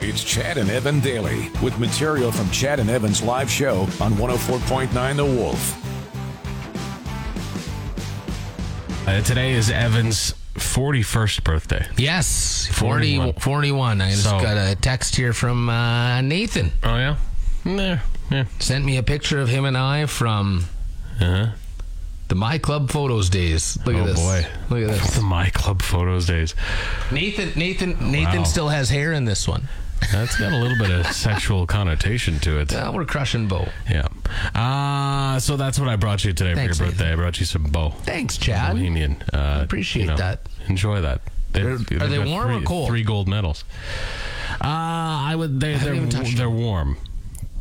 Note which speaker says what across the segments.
Speaker 1: It's Chad and Evan Daily with material from Chad and Evan's live show on 104.9 The Wolf.
Speaker 2: Uh, today is Evan's 41st birthday.
Speaker 3: Yes, 40, 41.
Speaker 2: 41.
Speaker 3: I just
Speaker 2: So-
Speaker 3: got a text here from uh, Nathan.
Speaker 2: Oh, yeah? Yeah. Yeah.
Speaker 3: Sent me a picture of him and I from
Speaker 2: Uh-huh.
Speaker 3: the My Club Photos days. Look
Speaker 2: Oh,
Speaker 3: at this.
Speaker 2: boy.
Speaker 3: Look at this.
Speaker 2: The My Club Photos days.
Speaker 3: Nathan, Nathan, Nathan
Speaker 2: Wow.
Speaker 3: still has hair in this one.
Speaker 2: That's got a little bit of sexual connotation to it.
Speaker 3: Uh, we're crushing Bo.
Speaker 2: Yeah. Uh, so that's what I brought you today
Speaker 3: Thanks,
Speaker 2: for your birthday. I brought you some bow.
Speaker 3: Thanks, Chad.
Speaker 2: Bohemian. Uh,
Speaker 3: appreciate that.
Speaker 2: Enjoy that. They,
Speaker 3: Are-
Speaker 2: they've
Speaker 3: are they
Speaker 2: got
Speaker 3: warm or
Speaker 2: three,
Speaker 3: cold?
Speaker 2: Three gold medals. Uh, I would. They,
Speaker 3: haven't
Speaker 2: they're
Speaker 3: even touched
Speaker 2: they're warm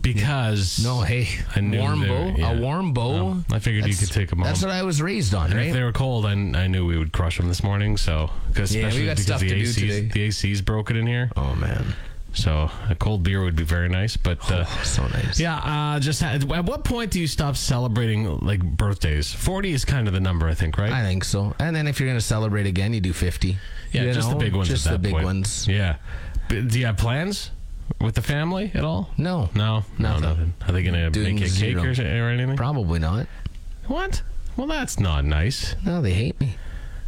Speaker 2: because
Speaker 3: No, hey,
Speaker 2: I knew
Speaker 3: warm
Speaker 2: they-
Speaker 3: Bo,
Speaker 2: yeah.
Speaker 3: a warm Bo.
Speaker 2: Well, I figured you
Speaker 3: That's-
Speaker 2: could take them home.
Speaker 3: That's what I was raised on,
Speaker 2: And
Speaker 3: right?
Speaker 2: If they were cold, I, I knew we would crush them this morning. So, 'cause
Speaker 3: Yeah, we
Speaker 2: especially
Speaker 3: got
Speaker 2: because
Speaker 3: stuff
Speaker 2: the
Speaker 3: to do
Speaker 2: AC's
Speaker 3: today.
Speaker 2: the AC's broken in here,
Speaker 3: oh man, Oh,
Speaker 2: so a cold beer would be very nice. But uh,
Speaker 3: so nice.
Speaker 2: yeah, uh, just at, at what point do you stop celebrating like birthdays? Forty is kind of the number, I think, right?
Speaker 3: I think so. And then if you're gonna celebrate again, you do fifty.
Speaker 2: yeah,
Speaker 3: You
Speaker 2: just
Speaker 3: know,
Speaker 2: the big ones.
Speaker 3: Just
Speaker 2: at
Speaker 3: the
Speaker 2: that
Speaker 3: big
Speaker 2: point.
Speaker 3: ones.
Speaker 2: Yeah. But do you have plans with the family at all?
Speaker 3: No,
Speaker 2: No, no,
Speaker 3: Nothing.
Speaker 2: nothing. Are they going to
Speaker 3: Doing
Speaker 2: make a cake
Speaker 3: zero.
Speaker 2: or, or anything?
Speaker 3: probably not.
Speaker 2: What? Well, that's not nice.
Speaker 3: No, they hate me.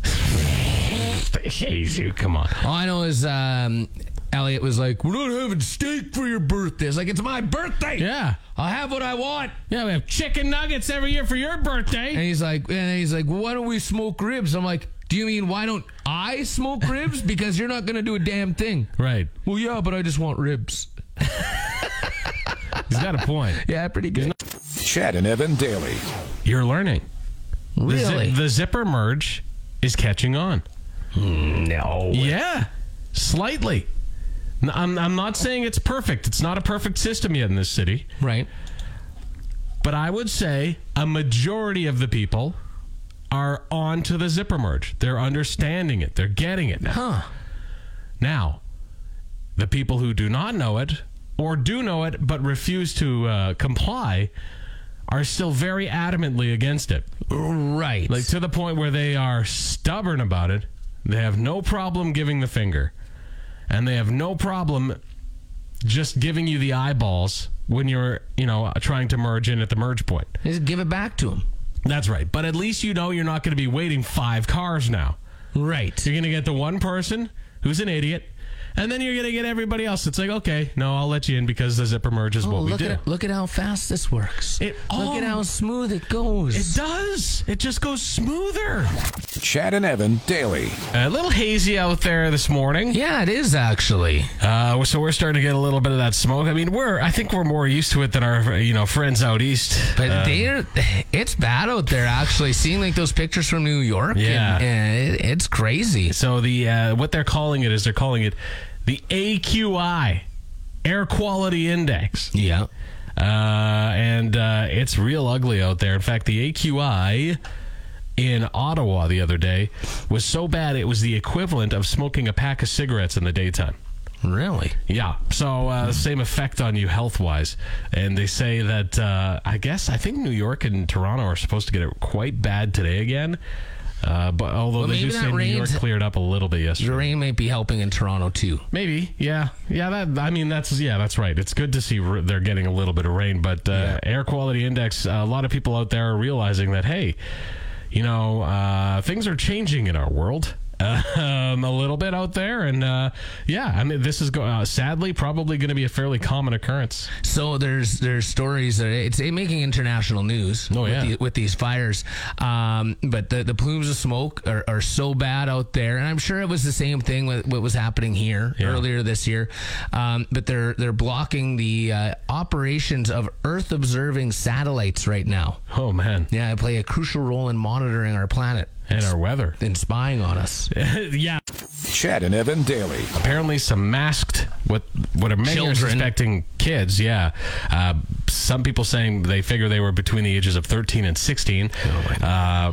Speaker 2: They hate you. Come on.
Speaker 3: All I know is um, Elliot was like, "We're not having steak for your birthday." It's like it's my birthday.
Speaker 2: Yeah.
Speaker 3: I'll have what I want.
Speaker 2: Yeah, we have chicken nuggets every year for your
Speaker 3: And
Speaker 2: birthday.
Speaker 3: he's like, and he's like, "Why don't we smoke ribs?" I'm like, "Do you mean why don't I smoke ribs? Because you're not gonna do a damn thing."
Speaker 2: Right.
Speaker 3: Well, yeah, but I just want ribs.
Speaker 2: He's got a point.
Speaker 3: Yeah, pretty good.
Speaker 1: Chad and Evan Daily.
Speaker 2: You're learning. The, zi-
Speaker 3: Really?
Speaker 2: the zipper merge is catching on.
Speaker 3: No.
Speaker 2: Yeah, slightly. N- I'm, I'm not saying it's perfect. It's not a perfect system yet in this city.
Speaker 3: Right.
Speaker 2: But I would say a majority of the people are on to the zipper merge. They're understanding it. They're getting it now.
Speaker 3: Huh.
Speaker 2: Now, the people who do not know it or do know it but refuse to uh, comply are still very adamantly against it.
Speaker 3: Right.
Speaker 2: Like to the point where they are stubborn about it. They have no problem giving the finger. And they have no problem just giving you the eyeballs when you're, you know, trying to merge in at the merge point.
Speaker 3: just give it back to him.
Speaker 2: That's right. But at least you know you're not going to be waiting five cars now.
Speaker 3: Right.
Speaker 2: You're going to get the one person who's an idiot, and then you're going to get everybody else. It's like, okay, no, I'll let you in because the zipper merge is
Speaker 3: Oh,
Speaker 2: what we
Speaker 3: look
Speaker 2: do.
Speaker 3: at look at how fast this works.
Speaker 2: It
Speaker 3: look
Speaker 2: all-
Speaker 3: at how smooth it goes.
Speaker 2: It does. It just goes smoother.
Speaker 1: Chad and Evan Daily.
Speaker 2: A little hazy out there this morning.
Speaker 3: yeah, it is actually.
Speaker 2: Uh, so we're starting to get a little bit of that smoke. I mean, we're I think we're more used to it than our you know friends out east.
Speaker 3: But they're it's bad out there actually. Seeing like those pictures from New York,
Speaker 2: Yeah.
Speaker 3: and, and it, it's crazy.
Speaker 2: So the uh, what they're calling it is they're calling it the AQI, Air Quality Index.
Speaker 3: Yeah.
Speaker 2: Uh, and uh, it's real ugly out there. In fact, the AQI in Ottawa the other day was so bad it was the equivalent of smoking a pack of cigarettes in the daytime.
Speaker 3: Really?
Speaker 2: Yeah, so uh, same effect on you health wise. And they say that uh, I guess I think New York and Toronto are supposed to get it quite bad today again. Uh, but although they
Speaker 3: maybe
Speaker 2: do
Speaker 3: that
Speaker 2: say New York
Speaker 3: rain's-
Speaker 2: cleared up a little bit yesterday.
Speaker 3: The rain might be helping in Toronto too.
Speaker 2: Maybe, yeah, yeah. That I mean, that's yeah, that's right. It's good to see r- they're getting a little bit of rain, but uh, air quality index. uh, a lot of people out there are realizing that hey, you know, uh, things are changing in our world. Um, a little bit out there, and uh, yeah, I mean, this is go- uh, sadly probably going to be a fairly common occurrence.
Speaker 3: So there's there's stories that it's eh, making international news.
Speaker 2: Oh, yeah.
Speaker 3: with, the- with these fires, um, but the, the plumes of smoke are, are so bad out there, and I'm sure it was the same thing with what was happening here earlier this year. Um, but they're they're blocking the uh, operations of Earth observing satellites right now.
Speaker 2: Oh man,
Speaker 3: Yeah, they play a crucial role in monitoring our planet
Speaker 2: and our weather.
Speaker 3: and spying on us.
Speaker 2: yeah,
Speaker 1: Chad and Evan Daily.
Speaker 2: apparently some masked what what are many are
Speaker 3: Children.
Speaker 2: suspecting kids yeah uh,
Speaker 3: Oh,
Speaker 2: some people saying they figure they were between the ages of 13 and 16 uh,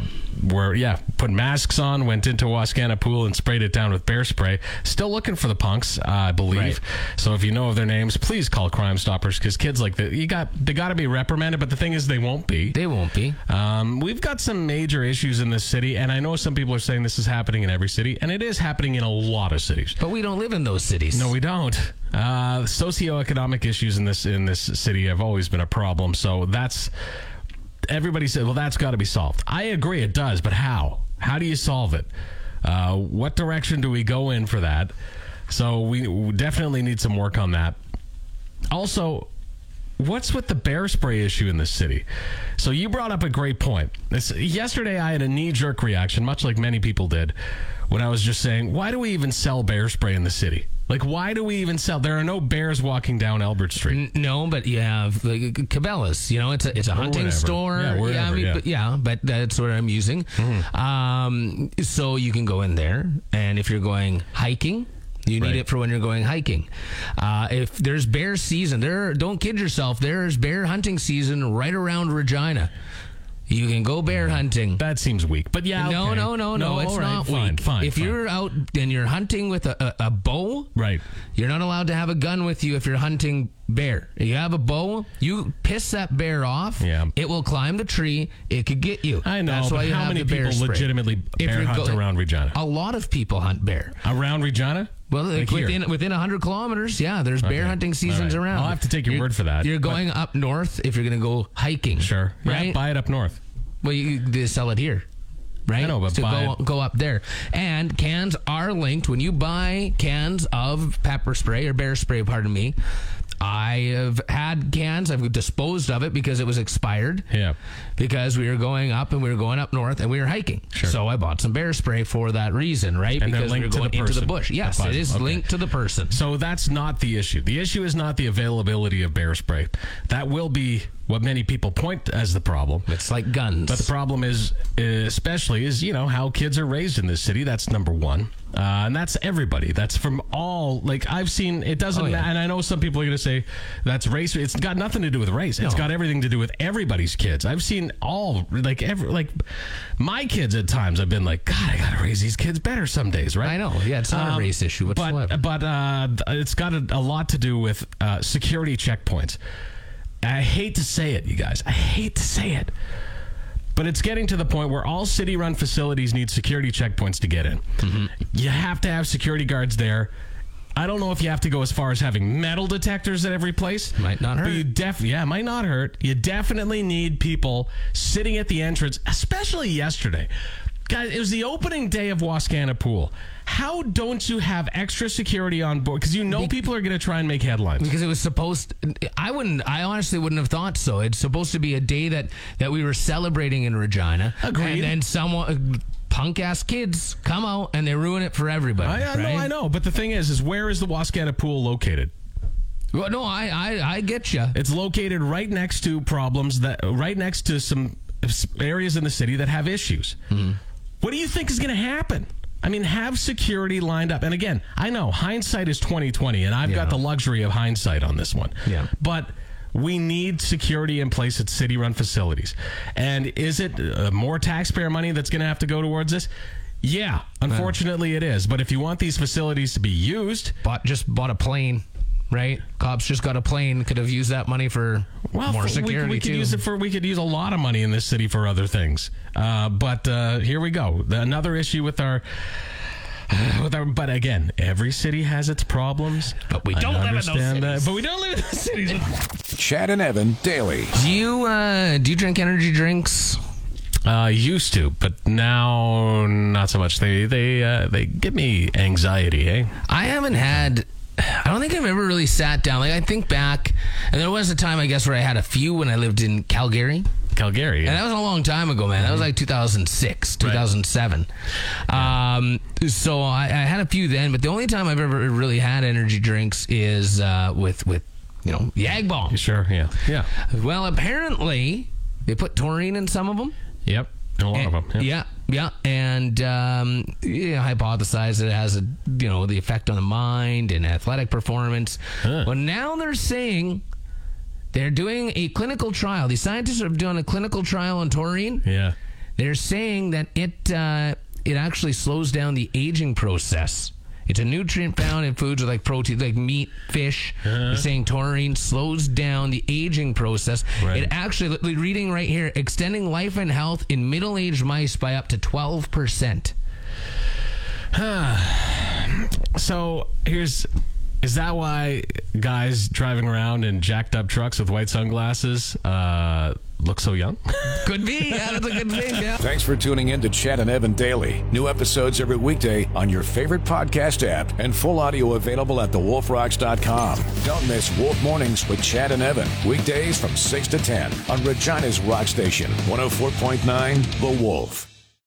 Speaker 2: were yeah put masks on, went into Wascana Pool and sprayed it down with bear spray. Still looking for the punks, uh, I believe.
Speaker 3: Right.
Speaker 2: So if you know of their names, please call Crime Stoppers because kids like that, you got they got to be reprimanded. But the thing is, they won't be.
Speaker 3: They won't be.
Speaker 2: Um, we've got some major issues in this city, and I know some people are saying this is happening in every city, and it is happening in a lot of cities.
Speaker 3: But we don't live in those cities.
Speaker 2: No, we don't. Uh, socioeconomic issues in this in this city have always been a problem. So that's everybody said. Well, that's got to be solved. I agree, it does. But how? How do you solve it? Uh, what direction do we go in for that? So we we definitely need some work on that. Also, what's with the bear spray issue in this city? So you brought up a great point. This, yesterday, I had a knee jerk reaction, much like many people did, when I was just saying, why do we even sell bear spray in the city? Like, why do we even sell? There are no bears walking down Albert Street.
Speaker 3: N- No, but you have like, Cabela's. You know, it's a it's a hunting
Speaker 2: whatever.
Speaker 3: store.
Speaker 2: Yeah, wherever,
Speaker 3: I mean,
Speaker 2: yeah. Mm-hmm.
Speaker 3: But, yeah, but that's what I'm using. Um, so you can go in there, and if you're going hiking. You need
Speaker 2: Right.
Speaker 3: it for when you're going hiking. Uh, if there's bear season, there don't kid yourself. There's bear hunting season right around Regina. You can go bear
Speaker 2: Mm-hmm.
Speaker 3: hunting.
Speaker 2: That seems weak. But yeah,
Speaker 3: No,
Speaker 2: okay.
Speaker 3: no, no, no. It's
Speaker 2: all right,
Speaker 3: not
Speaker 2: fine,
Speaker 3: weak.
Speaker 2: Fine.
Speaker 3: if
Speaker 2: fine.
Speaker 3: you're out and you're hunting with a, a, a bow,
Speaker 2: right,
Speaker 3: you're not allowed to have a gun with you if you're hunting bear. You have a bow, you piss that bear off.
Speaker 2: Yeah.
Speaker 3: It will climb the tree. It could get you.
Speaker 2: I know.
Speaker 3: That's
Speaker 2: but
Speaker 3: why you
Speaker 2: how
Speaker 3: have
Speaker 2: many
Speaker 3: the bear
Speaker 2: people
Speaker 3: spray.
Speaker 2: legitimately
Speaker 3: If
Speaker 2: bear
Speaker 3: you're
Speaker 2: hunt
Speaker 3: go-
Speaker 2: around Regina?
Speaker 3: A lot of people hunt bear.
Speaker 2: Around Regina?
Speaker 3: Well,
Speaker 2: Like
Speaker 3: like
Speaker 2: here.
Speaker 3: within within 100 kilometers, yeah, there's bear
Speaker 2: Okay.
Speaker 3: hunting seasons
Speaker 2: All right.
Speaker 3: around.
Speaker 2: I'll have to take your
Speaker 3: You're-
Speaker 2: word for that,
Speaker 3: You're
Speaker 2: but-
Speaker 3: going up north if you're going to go hiking.
Speaker 2: Sure. Yeah,
Speaker 3: Right?
Speaker 2: buy it up north.
Speaker 3: Well, you, they sell it here, right?
Speaker 2: I know, but
Speaker 3: to
Speaker 2: buy
Speaker 3: go,
Speaker 2: it-
Speaker 3: go up there. And cans are linked. When you buy cans of pepper spray or bear spray, pardon me, I have had cans. I've disposed of it because it was expired.
Speaker 2: Yeah.
Speaker 3: Because we were going up and we were going up north and we were hiking. Sure. So I bought some bear spray for that reason, right?
Speaker 2: And they're
Speaker 3: because we were
Speaker 2: linked to the
Speaker 3: going into the
Speaker 2: person
Speaker 3: bush.
Speaker 2: that
Speaker 3: Yes,
Speaker 2: buys
Speaker 3: it
Speaker 2: them.
Speaker 3: is
Speaker 2: Okay.
Speaker 3: linked to the person.
Speaker 2: So that's not the issue. The issue is not the availability of bear spray. That will be what many people point as the problem.
Speaker 3: It's like guns.
Speaker 2: But the problem is, uh, especially, is you know how kids are raised in this city. That's number one, uh, and that's everybody. That's from all. Like I've seen, it doesn't.
Speaker 3: Oh, yeah.
Speaker 2: ma- And I know some people are going to say that's race. It's got nothing to do with race. It's got everything to do with everybody's kids. I've seen all like every like my kids at times. I've been like, God, I got to raise these kids better some days, right?
Speaker 3: I know. Yeah, it's not
Speaker 2: Um,
Speaker 3: a race issue whatsoever.
Speaker 2: But but uh, th- it's got a, a lot to do with uh, security checkpoints. I hate to say it, you guys. I hate to say it. But it's getting to the point where all city run facilities need security checkpoints to get in.
Speaker 3: Mm-hmm.
Speaker 2: You have to have security guards there. I don't know if you have to go as far as having metal detectors at every place.
Speaker 3: Might not
Speaker 2: But
Speaker 3: hurt.
Speaker 2: you def yeah, it might not hurt. You definitely need people sitting at the entrance, especially yesterday. Guys, it was the opening day of Wascana Pool. How don't you have extra security on board? Because you know people are going to try and make headlines.
Speaker 3: because it was supposed i wouldn't i honestly wouldn't have thought so it's supposed to be a day that that we were celebrating in regina
Speaker 2: Agreed.
Speaker 3: and then someone punk ass kids come out and they ruin it for everybody
Speaker 2: I, I know,
Speaker 3: right?
Speaker 2: I know. But the thing is, is where is the Wascana Pool located?
Speaker 3: Well, no i i, I get you
Speaker 2: It's located right next to problems that right next to some areas in the city that have issues. What do you think is going to happen? I mean, have security lined up. And again, I know hindsight is twenty twenty, and I've got the luxury of hindsight on this one.
Speaker 3: Yeah.
Speaker 2: but. We need security in place at city run facilities. And is it uh, more taxpayer money that's going to have to go towards this? Yeah, unfortunately it is. But if you want these facilities to be used,
Speaker 3: bought just bought a plane right cops just got a plane could have used that money for
Speaker 2: Well,
Speaker 3: more
Speaker 2: for-
Speaker 3: security
Speaker 2: we, we
Speaker 3: too
Speaker 2: could use it for we could use a lot of money in this city for other things. Uh, but uh, here we go. The- another issue with our. With our, but again, every city has its problems.
Speaker 3: But we
Speaker 2: I
Speaker 3: don't live in those
Speaker 2: understand that.
Speaker 3: cities.
Speaker 2: But we don't live in those cities.
Speaker 1: Chad and Evan daily.
Speaker 3: do you uh do you drink energy drinks
Speaker 2: Uh, used to, but now not so much. They they uh, they give me anxiety. Eh?
Speaker 3: I haven't had. I don't think I've ever really sat down. Like I think back, and there was a time I guess where I had a few when I lived in Calgary,
Speaker 2: Calgary.
Speaker 3: and that was a long time ago, man. That was like 2006, 2007. Um, so I, I had a few then, but the only time I've ever really had energy drinks is uh, with with you know Yag Bomb.
Speaker 2: Sure. Yeah. Yeah.
Speaker 3: Well, apparently they put taurine in some of them.
Speaker 2: Yep. A lot of them. Yeah.
Speaker 3: Yeah, yeah, and um, yeah, hypothesized that it has a you know the effect on the mind and athletic performance. Well, now they're saying they're doing a clinical trial. These scientists are doing a clinical trial on taurine
Speaker 2: Yeah.
Speaker 3: They're saying that it uh, it actually slows down the aging process. It's a nutrient found in foods like protein, like meat, fish. They're saying taurine slows down the aging process.
Speaker 2: Right.
Speaker 3: It actually, li- reading right here, extending life and health in middle-aged mice by up to twelve percent.
Speaker 2: So here's is that why guys driving around in jacked up trucks with white sunglasses uh, look so young?
Speaker 3: Could be. Yeah, that's a good thing. Yeah.
Speaker 1: Thanks for tuning in to Chad and Evan Daily. New episodes every weekday on your favorite podcast app and full audio available at thewolfrocks.com. Don't miss Wolf Mornings with Chad and Evan. oh Weekdays from 6 to 10 on Regina's Rock Station, 104.9 The Wolf.